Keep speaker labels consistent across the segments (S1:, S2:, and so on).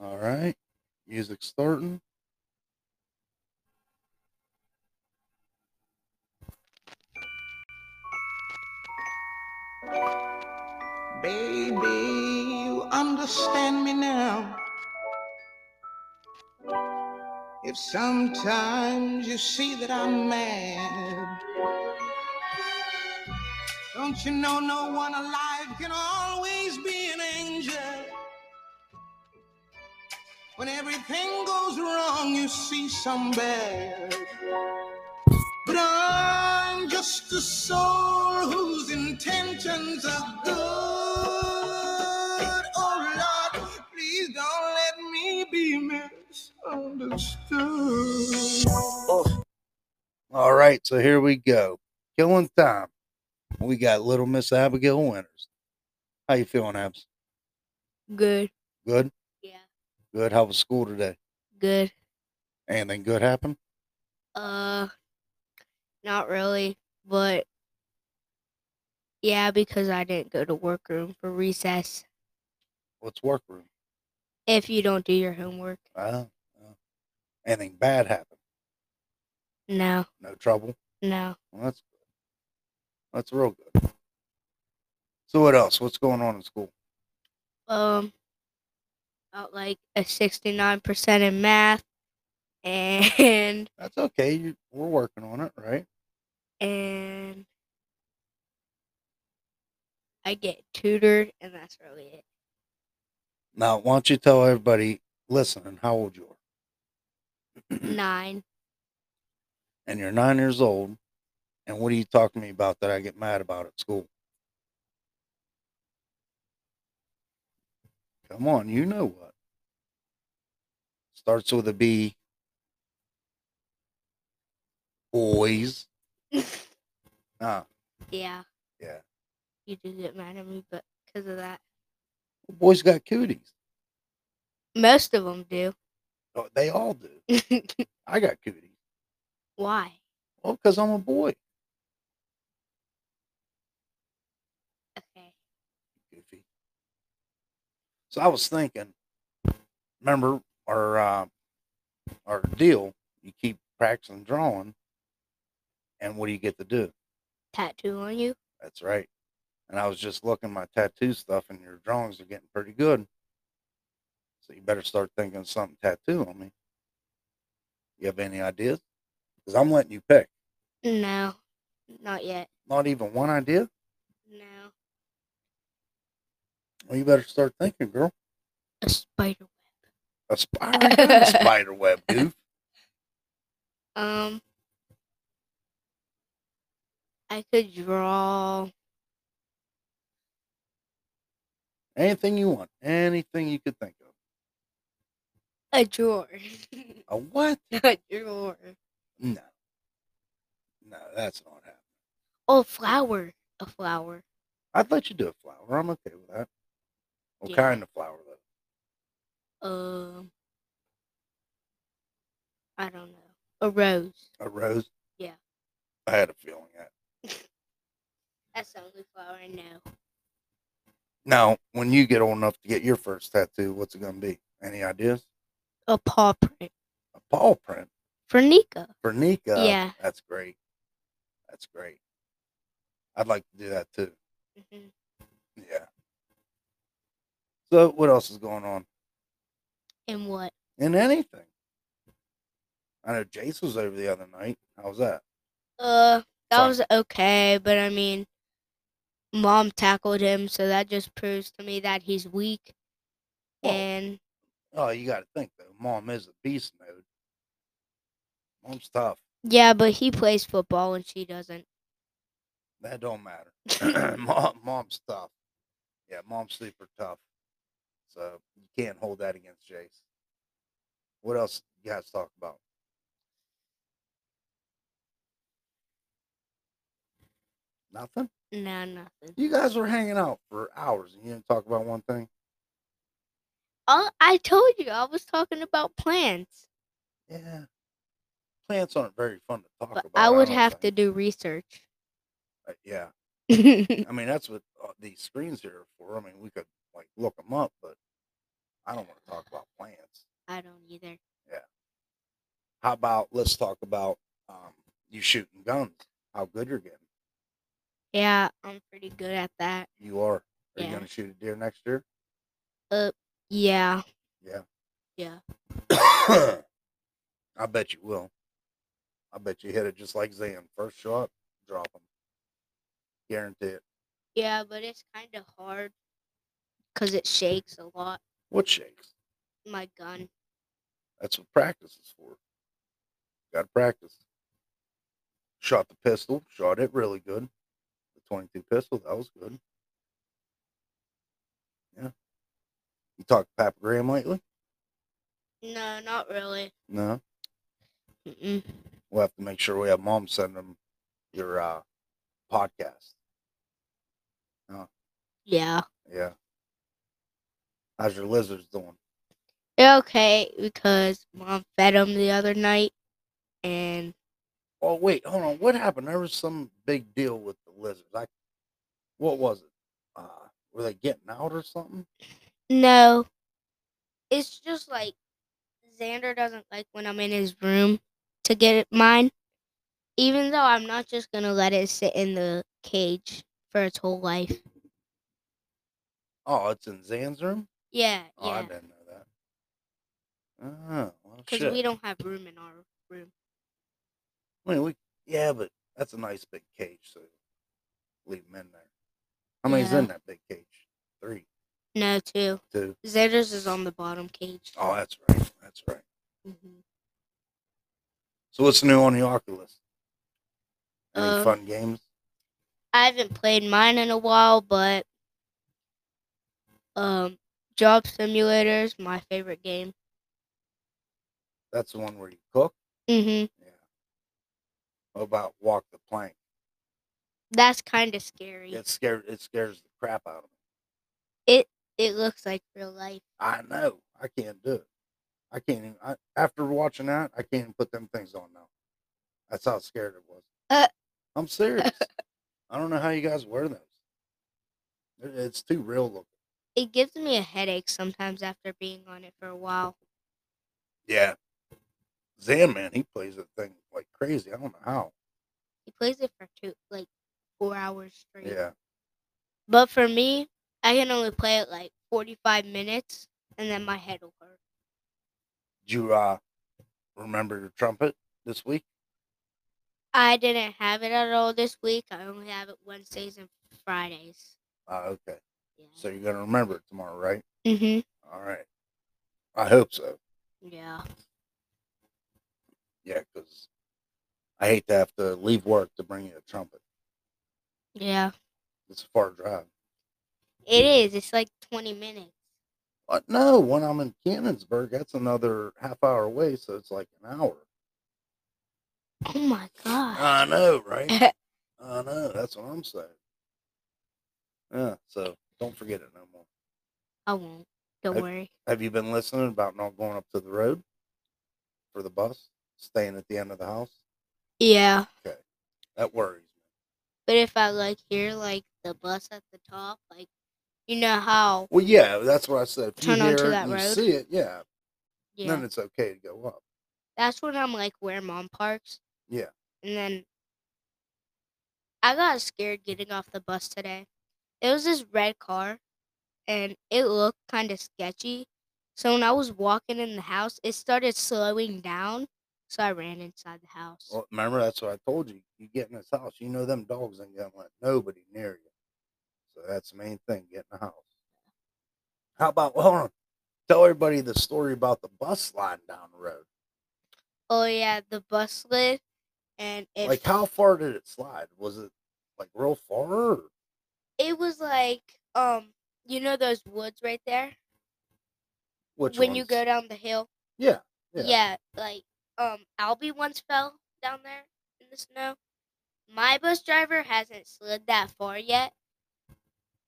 S1: All right. Music starting.
S2: Baby, you understand me now. If sometimes you see that I'm mad, don't you know no one alive can always be an angel? When everything goes wrong, you see some bad. But I'm just a soul whose intentions are good. Oh Lord, please don't let me be misunderstood.
S1: All right. So here we go. Killing time. We got Little Miss Abigail Winters. How you feeling, Abs?
S3: Good.
S1: Good.
S3: Yeah.
S1: Good. How was school today?
S3: Good.
S1: Anything good happen?
S3: Uh, not really, but yeah, because I didn't go to workroom for recess.
S1: What's work room?
S3: If you don't do your homework,
S1: Uh, uh, anything bad happen?
S3: no,
S1: No trouble.
S3: no.
S1: Well, that's good. That's real good. So what else? What's going on in school?
S3: Um, about like a sixty-nine percent in math, and
S1: That's okay. You, we're working on it, right?
S3: and I get tutored, and that's really it.
S1: Now, why don't you tell everybody listening how old you are?
S3: Nine.
S1: and you're nine years old, and what are you talking to me about that I get mad about at school? Come on, you know what. Starts with a B. Boys. Ah,
S3: yeah,
S1: yeah.
S3: you do get mad at me, but because of that,
S1: Boys got cooties.
S3: most of them do.
S1: Oh, they all do. I got cooties.
S3: Why?
S1: Well, because I'm a boy.
S3: Okay.
S1: goofy. So I was thinking, remember our uh, our deal? You keep practicing drawing, and what do you get to do?
S3: Tattoo on you?
S1: That's right. And I was just looking at my tattoo stuff, and your drawings are getting pretty good. So you better start thinking of something tattoo on me. You have any ideas? Because I'm letting you pick.
S3: No. Not yet.
S1: Not even one idea.
S3: No.
S1: Well, you better start thinking, girl.
S3: A spider
S1: A spider, a spider web goof.
S3: web. Um I could draw
S1: Anything you want. Anything you could think of.
S3: a drawer.
S1: A what?
S3: a drawer.
S1: No. No, that's not happening.
S3: Oh flower. A flower.
S1: I'd let you do a flower. I'm okay with that. What
S3: Yeah.
S1: kind of flower though?
S3: Um I don't know. A rose.
S1: A rose?
S3: Yeah.
S1: I had a feeling that.
S3: That's the only flower I know.
S1: Now, when you get old enough to get your first tattoo, what's it gonna be? Any ideas?
S3: A paw print.
S1: A paw print
S3: For Nika.
S1: for Nika.
S3: Yeah.
S1: That's great. That's great. I'd like to do that too.
S3: Mhm.
S1: Yeah. So what else is going on?
S3: And what?
S1: In anything. I know Jace was over the other night. How was that?
S3: Uh, that
S1: Fine.
S3: was okay, but I mean, mom tackled him, so that just proves to me that he's weak.
S1: Well,
S3: And
S1: Oh, you got to think though. Mom is a beast mode. Mom's tough.
S3: yeah, but he plays football and she doesn't.
S1: That don't matter. Mom, mom's tough. Yeah, mom's super tough. So you can't hold that against Jace. What else you guys talk about? Nothing.
S3: No, nothing.
S1: You guys were hanging out for hours and you didn't talk about one thing.
S3: Oh, I told you I was talking about plants,
S1: Yeah. Plants aren't very fun to talk
S3: but
S1: about.
S3: I would
S1: don't
S3: have to
S1: think.
S3: do research.
S1: Uh, Yeah.
S3: yeah,
S1: I mean, that's what uh, these screens here are for. I mean, we could like look them up, but I don't want to talk about plants.
S3: either.
S1: How about let's talk about um, you shooting guns? How good you're getting?
S3: Yeah, I'm pretty good at that.
S1: You are. Are you
S3: Yeah.
S1: gonna shoot a deer next year?
S3: Yeah.
S1: Yeah.
S3: Yeah.
S1: I bet you will. I bet you hit it just like Zan. First shot, drop him. Guarantee it.
S3: Yeah, but it's kind of hard because it shakes a lot.
S1: What shakes?
S3: My gun.
S1: That's what practice is for. Got to practice. Shot the pistol. Shot it really good. The 22 pistol. That was good. Yeah. You talked to Papa Graham lately?
S3: No, not really.
S1: No.
S3: Mm-mm.
S1: We'll have to make sure we have mom send him your uh, podcast.
S3: Yeah.
S1: Yeah. How's your lizards doing?
S3: They're okay because mom fed them the other night, and
S1: Oh wait, hold on. What happened? There was some big deal with the lizards. Like, what was it? Uh, were they getting out or something?
S3: no, it's just like Xander doesn't like when I'm in his room to get it mine, even though I'm not just gonna let it sit in the cage for its whole life.
S1: Oh, it's in Zan's room.
S3: Yeah,
S1: Oh, I
S3: yeah,
S1: didn't know that. Oh, well,
S3: because
S1: shit.
S3: we don't have room in our room.
S1: I mean, we yeah, but that's a nice big cage. So leave them in there. How many's
S3: Yeah.
S1: in that big cage? Three,
S3: No, too.
S1: two.
S3: Xander's is on the bottom cage.
S1: Oh, that's right. That's right.
S3: Mhm.
S1: So what's new on the Oculus? Any
S3: Uh,
S1: fun games?
S3: I haven't played mine in a while, but um, Job Simulator is my favorite game.
S1: That's the one where you cook.
S3: hmm
S1: Yeah. What about walk the plank?
S3: That's kind of scary.
S1: It scares it scares the crap out of me.
S3: It looks like real life.
S1: I know I can't do it. I can't even. I, after watching that, I can't even put them things on now. That's how scared it was.
S3: Uh.
S1: I'm serious. I don't know how you guys wear those. It- It's too real looking.
S3: It gives me a headache sometimes after being on it for a while.
S1: Yeah. Zan man, he plays that thing like crazy. I don't know how.
S3: He plays it for two, like four hours straight.
S1: Yeah.
S3: But for me, I can only play it like 45 minutes, and then my head will hurt.
S1: Did you uh remember your trumpet this week?
S3: I didn't have it at all this week. I only have it Wednesdays and Fridays.
S1: Uh, okay.
S3: Yeah.
S1: So you're gonna remember it tomorrow, right?
S3: hmm
S1: All right. I hope so.
S3: Yeah.
S1: Yeah, because I hate to have to leave work to bring you a trumpet.
S3: Yeah.
S1: It's a far drive.
S3: It is. It's like 20 minutes.
S1: But no, when I'm in Cannonsburg, that's another half hour away, so it's like an hour.
S3: Oh my god.
S1: I know, right? I know. That's what I'm saying. Yeah, so don't forget it no more.
S3: I won't. Don't
S1: I-
S3: worry.
S1: Have you been listening about not going up to the road for the bus, staying at the end of the house?
S3: Yeah.
S1: That worries me.
S3: But if I like hear like the bus at the top, like you know how
S1: Well, yeah, that's what I said. If
S3: Turn
S1: you
S3: onto
S1: hear it
S3: that
S1: and you
S3: road?
S1: see it, yeah,
S3: yeah.
S1: then it's okay to go up.
S3: That's when I'm like where mom parks.
S1: Yeah.
S3: And then I got scared getting off the bus today. It was this red car and it looked kind of sketchy. So when I was walking in the house, it started slowing down. So I ran inside the house.
S1: Well, Oh, remember, that's what I told you. You get in this house, you know them dogs ain't gonna let nobody near you. So that's the main thing, get in the house. How about well, hold on. Tell everybody the story about the bus sliding down the road.
S3: Oh yeah, the bus slid and it
S1: Like how far did it slide? Was it like real far? Or?
S3: it was like um you know those woods right there
S1: Which
S3: when you
S1: ones?
S3: go down the hill.
S1: Yeah.
S3: Yeah.
S1: Yeah.
S3: like um Albie once fell down there in the snow. My bus driver hasn't slid that far yet.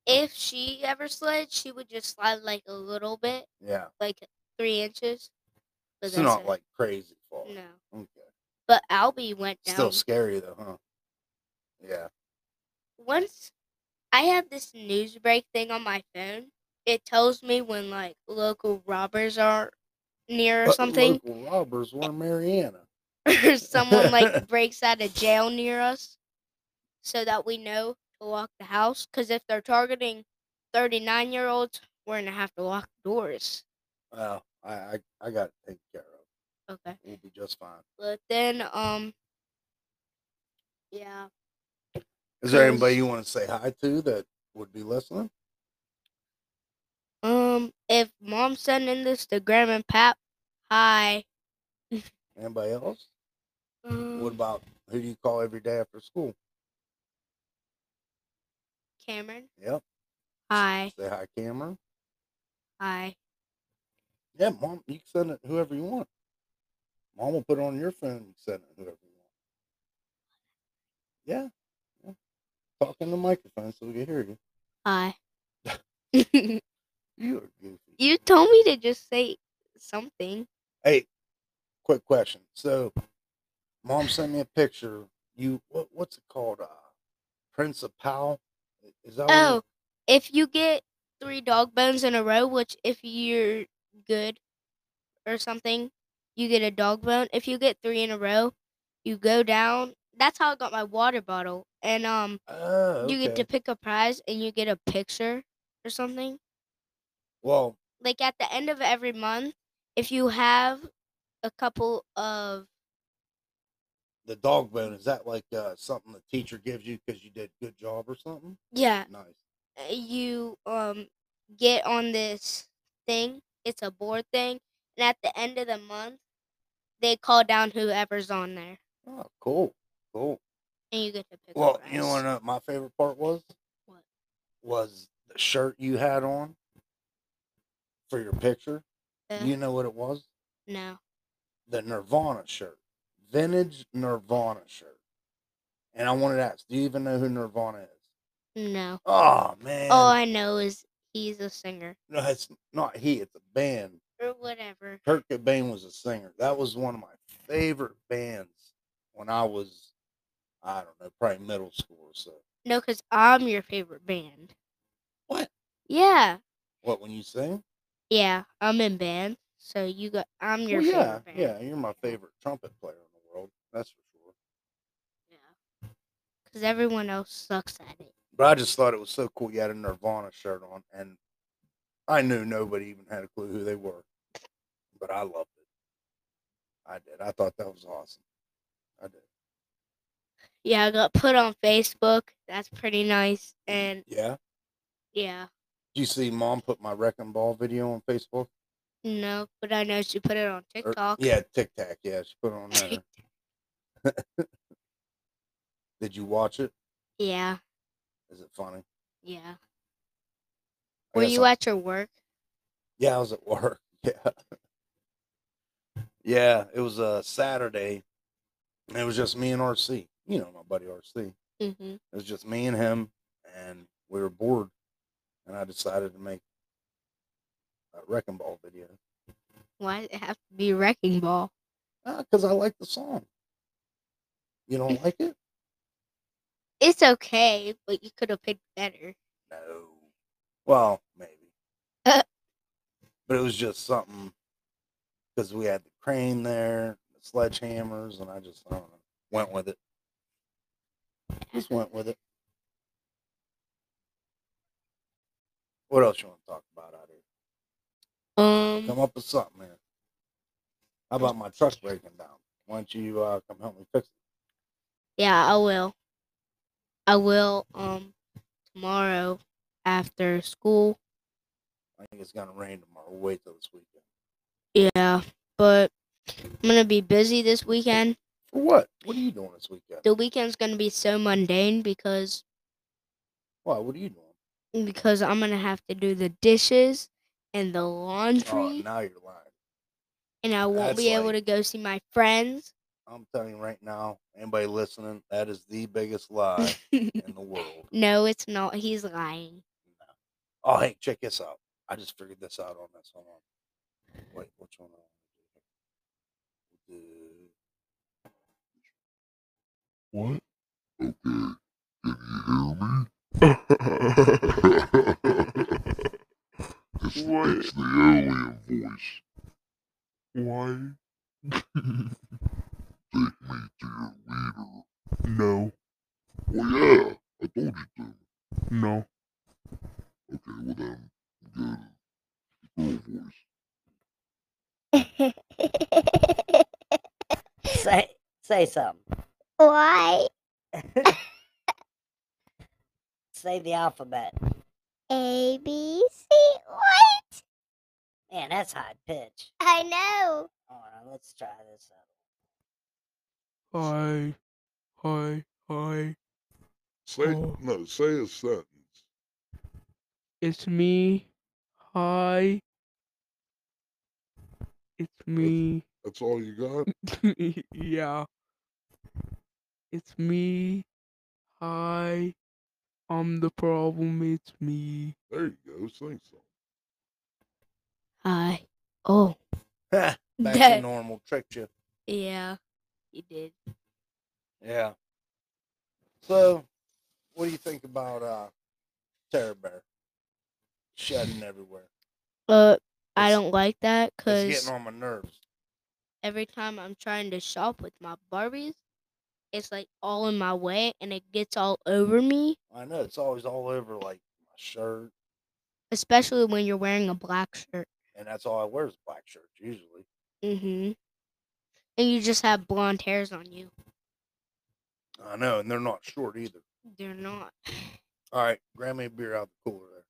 S3: If she ever slid, she would just slide like a little bit,
S1: Yeah.
S3: like three inches. But
S1: It's
S3: that's
S1: not
S3: it.
S1: like crazy far.
S3: no.
S1: Okay.
S3: But Albie went down.
S1: Still scary though, huh? Yeah.
S3: once I have this news break thing on my phone, it tells me when like local robbers are near or
S1: But
S3: something,
S1: Local robbers were in Mariana.
S3: or someone like breaks out of jail near us, so that we know to lock the house. Because if they're targeting 39 year olds, we're gonna have to lock doors.
S1: Well, I, I, I got it taken care of.
S3: Okay.
S1: We'll be just fine.
S3: But then, um, yeah,
S1: Is there
S3: Cause-
S1: anybody you want to say hi to that would be listening?
S3: um, if mom's sending this to Graham and Pap, hi.
S1: Anybody else?
S3: Um,
S1: What about who do you call every day after school?
S3: Cameron?
S1: Yep.
S3: Hi,
S1: Say hi, Cameron.
S3: hi.
S1: Yeah, mom, you can send it whoever you want. Mom will put it on your phone and send it whoever you want. Yeah. yeah. Talk in the microphone so we can hear you.
S3: Hi.
S1: You are goofy.
S3: you told me to just say something.
S1: Hey, quick question. So, mom sent me a picture. You what? What's it called? Uh, Principal. Is that? what it-
S3: Oh, if you get three dog bones in a row, which if you're good or something, you get a dog bone. If you get three in a row, you go down. That's how I got my water bottle. And um
S1: Oh,
S3: you get
S1: okay.
S3: to pick a prize and you get a picture or something.
S1: Well,
S3: Like at the end of every month, if you have a couple of
S1: the dog bone is that like uh, something the teacher gives you because you did good job or something?
S3: yeah,
S1: Nice.
S3: uh, you um get on this thing. It's a board thing, and at the end of the month, they call down whoever's on there,
S1: Oh, cool, cool.
S3: and you get to pick. a
S1: Well, you know
S3: prize.
S1: what uh, my favorite part was?
S3: What?
S1: Was the shirt you had on for your picture?
S3: Uh,
S1: You know what it was?
S3: no,
S1: the Nirvana shirt, vintage Nirvana shirt. And I wanted to ask, do you even know who Nirvana is?
S3: no.
S1: Oh man,
S3: All I know is he's a singer
S1: no, it's not he. It's a band.
S3: or whatever.
S1: Kurt Cobain was a singer. That was one of my favorite bands when I was, I don't know, probably middle school or so.
S3: No, because I'm your favorite band.
S1: What?
S3: Yeah,
S1: What when you sing?
S3: yeah. I'm in band, so you got. I'm your
S1: Well, yeah,
S3: favorite band.
S1: yeah, you're my favorite trumpet player in the world. That's for sure.
S3: Because everyone else sucks at it.
S1: But I just thought it was so cool. You had a Nirvana shirt on, and I knew nobody even had a clue who they were, but I loved it. I did. I thought that was awesome. I did.
S3: Yeah, I got put on Facebook. That's pretty nice. And
S1: Yeah.
S3: yeah,
S1: Did you see mom put my wrecking ball video on Facebook?
S3: no, but I know she put it on
S1: Or-
S3: TikTok.
S1: Er, yeah, Tic Tac. Yeah, she put it on there. did you watch it?
S3: yeah,
S1: Is it funny?
S3: yeah.
S1: I
S3: Were
S1: guess
S3: you
S1: I'm-
S3: at your work?
S1: Yeah, I was at work. Yeah. Yeah, it was a Saturday. and It was just me and RC. You know my buddy RC.
S3: Mm-hmm.
S1: It was just me and him, and we were bored. And I decided to make a wrecking ball video
S3: Why did it have to be wrecking ball?
S1: because uh, I like the song. You don't like it?
S3: It's okay, but you could have picked better.
S1: No. Well, maybe.
S3: Uh.
S1: but it was just something because we had the crane there, the sledgehammers, and I just I don't know, went with it. Just went with it. What else you want to talk about out here?
S3: Um,
S1: Come up with something, man. How about my truck breaking down? Why don't you uh, come help me fix it?
S3: yeah, I will. I will. Um, tomorrow after school.
S1: I think it's gonna rain tomorrow. We'll wait till this weekend.
S3: Yeah, but I'm gonna be busy this weekend.
S1: For what? What are you doing this weekend?
S3: The weekend's gonna be so mundane because
S1: Why? What are you doing?
S3: because I'm gonna have to do the dishes and the
S1: Oh,
S3: laundry,
S1: now you're lying.
S3: and I
S1: that's
S3: won't be able
S1: like-
S3: to go see my friends.
S1: I'm telling you right now, anybody listening, that is the biggest lie in the world.
S3: no, it's not. He's lying.
S1: Oh, hey, check this out. I just figured this out on this. Hold on. Wait, which one?
S4: What? Okay. Can you hear me? it's,
S1: What?
S4: it's the alien voice. Why?
S5: Take me to your leader.
S4: No,
S5: Well, yeah, I told you to.
S4: no.
S5: Okay, well then, good. Girl voice.
S6: say say something.
S7: Y
S6: Say the alphabet.
S7: A B C. What?
S6: Man, that's high pitch.
S7: I know.
S6: All right, let's try this out.
S4: Hi, hi, hi.
S5: Say
S4: Oh.
S5: no. Say a sentence.
S4: It's me. Hi. It's me.
S5: That's all you got.
S4: yeah. It's me. Hi. I'm the problem. It's me.
S5: There you go. Sing something.
S3: Hi. Oh,
S1: Back to
S3: That-
S1: normal. Tricked you.
S3: yeah. You did.
S1: Yeah. So, what do you think about uh, Terror Bear shedding everywhere?
S3: Uh, I
S1: It's-
S3: don't like that
S1: It's
S3: because
S1: getting on my nerves.
S3: every time I'm trying to shop with my Barbies, it's like all in my way and it gets all over me,
S1: I know it's always all over like my shirt,
S3: especially when you're wearing a black shirt.
S1: and that's all I wear is black shirts usually.
S3: Mm-hmm. And you just have blonde hairs on you.
S1: I know, and they're not short either.
S3: They're not.
S1: All right, grab me a beer out of the cooler there.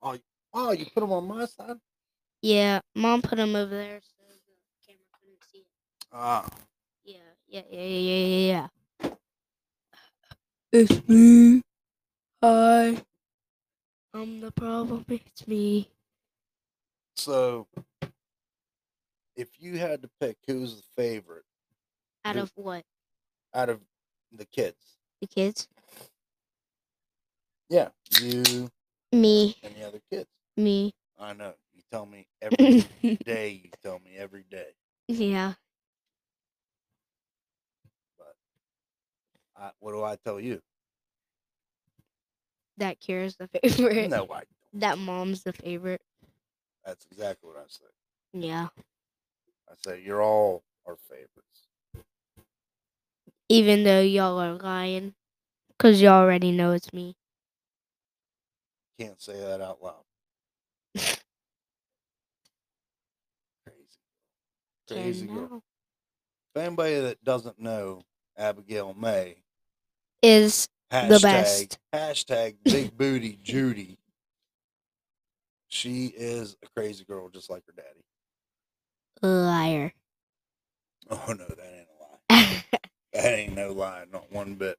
S1: Oh, y- oh, you put them on my side?
S3: Yeah, mom put them over there so the camera couldn't see it.
S1: Ah,
S3: Yeah, yeah, yeah, yeah, yeah, yeah, yeah. It's me. Hi. I'm Um, the problem. It's me.
S1: so if you had to pick who's the favorite
S3: Out
S1: Who-
S3: of what?
S1: out of the kids,
S3: The kids?
S1: yeah, you
S3: Me.
S1: and the other kids.
S3: Me.
S1: I know. You tell me every day. You tell me every day.
S3: yeah.
S1: I, what do I tell you?
S3: That Kira's the favorite.
S1: No, I.
S3: That mom's the favorite.
S1: That's exactly what I say.
S3: Yeah.
S1: I say you're all our favorites.
S3: Even though y'all are lying. Because you already know it's me.
S1: Can't say that out loud. Crazy, crazy
S3: Karen,
S1: girl.
S3: no.
S1: For anybody that doesn't know Abigail May,
S3: Is
S1: hashtag
S3: The best.
S1: hashtag Big Booty Judy. She is a crazy girl, just like her daddy.
S3: a liar.
S1: Oh no, that ain't a lie. That ain't no lie, not one bit.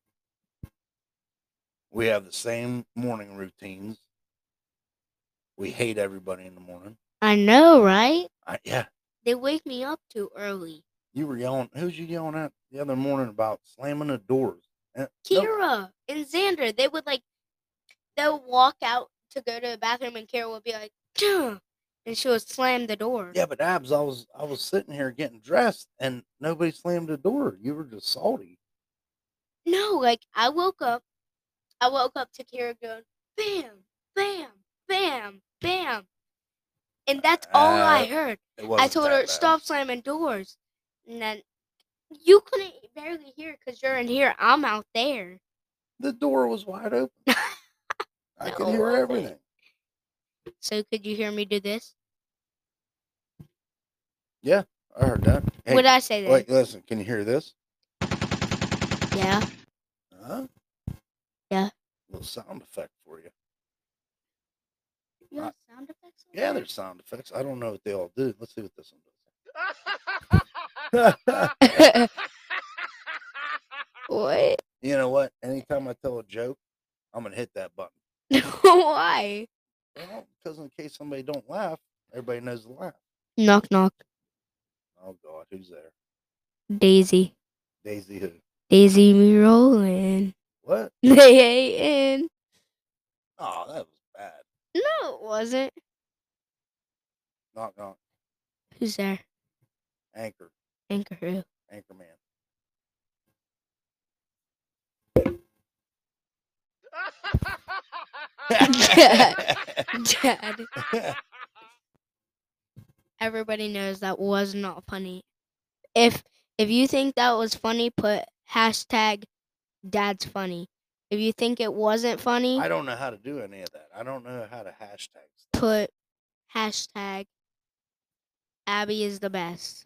S1: We have the same morning routines. We hate everybody in the morning.
S3: I know, right?
S1: I, yeah,
S3: They wake me up too early.
S1: you were yelling. Who's you yelling at the other morning about slamming the doors? Eh, no,
S3: Kira and Xander, they would like, they would walk out to go to the bathroom, and Kira would be like, "Gah," and she would slam the door.
S1: Yeah, but abs. I was I was sitting here getting dressed, and nobody slammed the door. You were just salty.
S3: No, like I woke up, I woke up to Kira going, bam, bam, bam, bam, and that's all I
S1: Uh,
S3: heard.
S1: It
S3: I
S1: wasn't
S3: told
S1: that
S3: her
S1: bad.
S3: stop slamming doors, and then you couldn't barely hear because you're in here, I'm out there.
S1: The door was wide open. I could
S3: No, it
S1: hear
S3: wasn't.
S1: everything.
S3: So could you hear me do this?
S1: I heard that. Hey,
S3: Would I say that?
S1: wait, listen. Can you hear this?
S3: Yeah.
S1: Huh?
S3: Yeah.
S1: Little sound effect for you.
S3: You
S1: Uh,
S3: have sound effects? on
S1: Yeah,
S3: there?
S1: there's sound effects. I don't know what they all do. Let's see what this one does.
S3: what?
S1: you know what? Anytime I tell a joke, I'm gonna hit that button.
S3: Why?
S1: Well, because in case somebody don't laugh, everybody knows the laugh.
S3: Knock knock.
S1: Oh God, who's there?
S3: Daisy.
S1: Daisy who?
S3: Daisy me rolling.
S1: What?
S3: They ain't in.
S1: Oh, that was bad.
S3: No, it wasn't.
S1: Knock knock.
S3: Who's there?
S1: Anchor.
S3: Anchor who?
S1: Anchor man.
S3: Dad. everybody knows that was not funny. If if you think that was funny, put hashtag dad's funny. If you think it wasn't funny,
S1: I don't know how to do any of that. I don't know how to hashtag. stuff.
S3: put hashtag Abby is the best.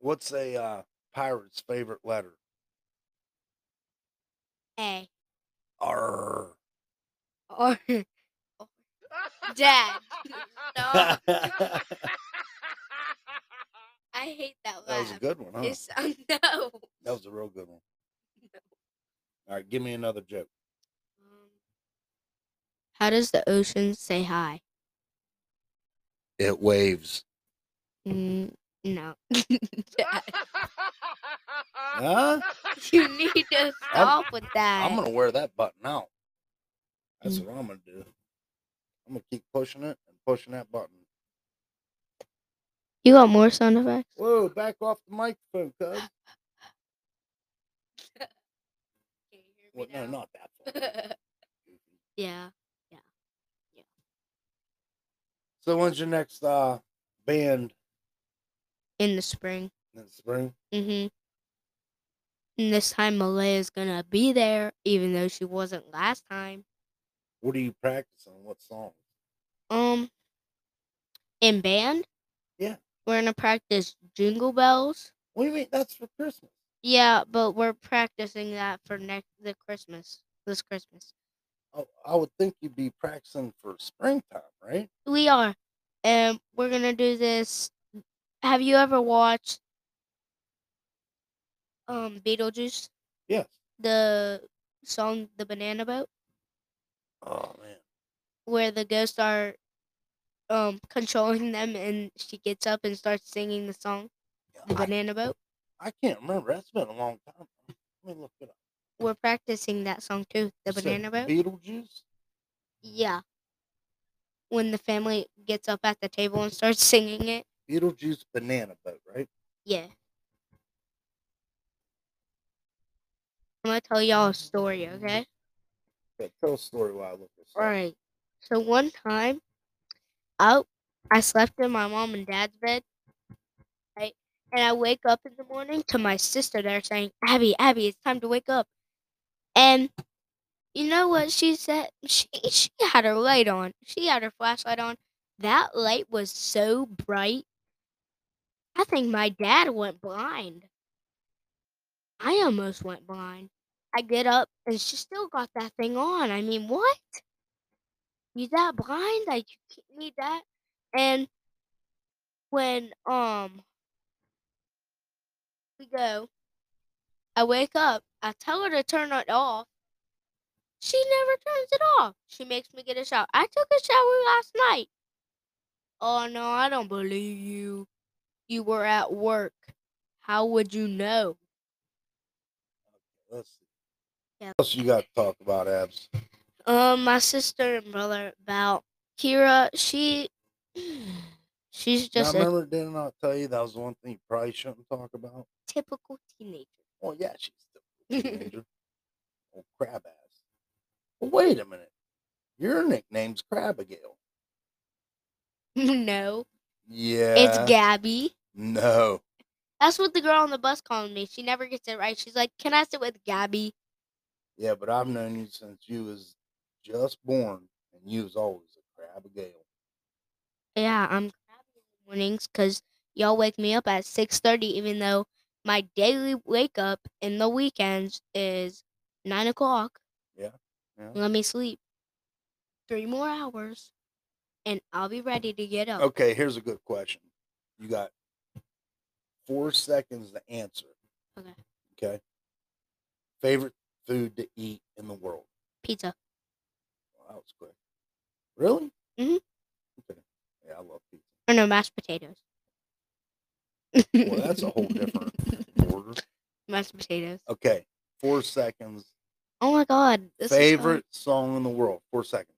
S1: What's a uh, pirate's favorite letter?
S3: A
S1: R. Oh,
S3: or Dad. No.
S1: that
S3: I hate that
S1: was
S3: laugh.
S1: a good one, huh?
S3: It's- no.
S1: That was a real good one. All right, give me another joke.
S3: Um, How does the ocean say hi?
S1: It waves.
S3: Mm, no.
S1: Huh?
S3: you need to stop with that.
S1: I'm gonna wear that button out.
S3: Mm.
S1: That's what I'm gonna do. I'm gonna keep pushing it and pushing that button.
S3: You got more sound effects?
S1: Whoa, back off the microphone, cuz. Well, no, not that. far.
S3: Mm-hmm. yeah.
S1: so when's your next uh band
S3: In the spring.
S1: in the spring?
S3: Mm-hmm. And this time Malaya's gonna be there, even though she wasn't last time.
S1: What are you practicing? What song?
S3: Um in band?
S1: Yeah.
S3: We're gonna practice jingle bells.
S1: What do you mean? That's for Christmas.
S3: Yeah, but we're practicing that for next the Christmas. This Christmas.
S1: I, Oh, I would think you'd be practicing for springtime, right?
S3: We are. And we're gonna do this. Have you ever watched um Beetlejuice?
S1: Yes.
S3: The song The Banana Boat?
S1: Oh man.
S3: where the ghosts are um controlling them and she gets up and starts singing the song the
S1: I,
S3: banana boat
S1: I can't remember. That's been a long time. Let me look it up.
S3: we're practicing that song too the
S1: You said
S3: banana boat
S1: Beetlejuice.
S3: yeah when the family gets up at the table and starts singing it
S1: Beetlejuice banana boat, right?
S3: yeah i'm gonna tell y'all a story okay
S1: Yeah, tell a story while I look this up.
S3: All right. So one time, out, I slept in my mom and dad's bed, right? And I wake up in the morning to my sister there saying, "Abby, Abby, it's time to wake up." And you know what she said? She she had her light on. She had her flashlight on. That light was so bright. I think my dad went blind. I almost went blind. I get up and she still got that thing on. I mean, what? you that blind? Like you can't need that. And when um we go, I wake up. I tell her to turn it off. She never turns it off. She makes me get a shower. I took a shower last night. Oh no, I don't believe you. You were at work. How would you know?
S1: Let's see.
S3: Yeah.
S1: What else you got to talk about, Abs?
S3: Um, my sister and brother about Kira. She, she's
S1: Now,
S3: just a
S1: remember, didn't I tell you that was the one thing you probably shouldn't talk about?
S3: typical teenager.
S1: Well, yeah, she's still a teenager. oh, crab ass. Well, wait a minute. Your nickname's Crabagale.
S3: no,
S1: Yeah.
S3: it's Gabby.
S1: No.
S3: That's what the girl on the bus called me. She never gets it right. She's like, "Can I sit with Gabby?"
S1: Yeah, but I've known you since you was just born, and you was always a Crabagale.
S3: Yeah, I'm Gabby in the mornings because y'all wake me up at six thirty, even though my daily wake up in the weekends is nine o'clock.
S1: Yeah, yeah.
S3: Let me sleep three more hours, and I'll be ready to get up.
S1: Okay, here's a good question. You got four seconds to answer.
S3: Okay.
S1: Okay. Favorite food to eat in the world?
S3: Pizza.
S1: Well, that was quick. Really?
S3: Mhm.
S1: Okay. Yeah, I love pizza.
S3: Or no, mashed potatoes.
S1: Well, that's a whole different order.
S3: mashed potatoes.
S1: Okay. Four seconds.
S3: Oh my god. this is hard.
S1: Favorite song in the world. Four seconds.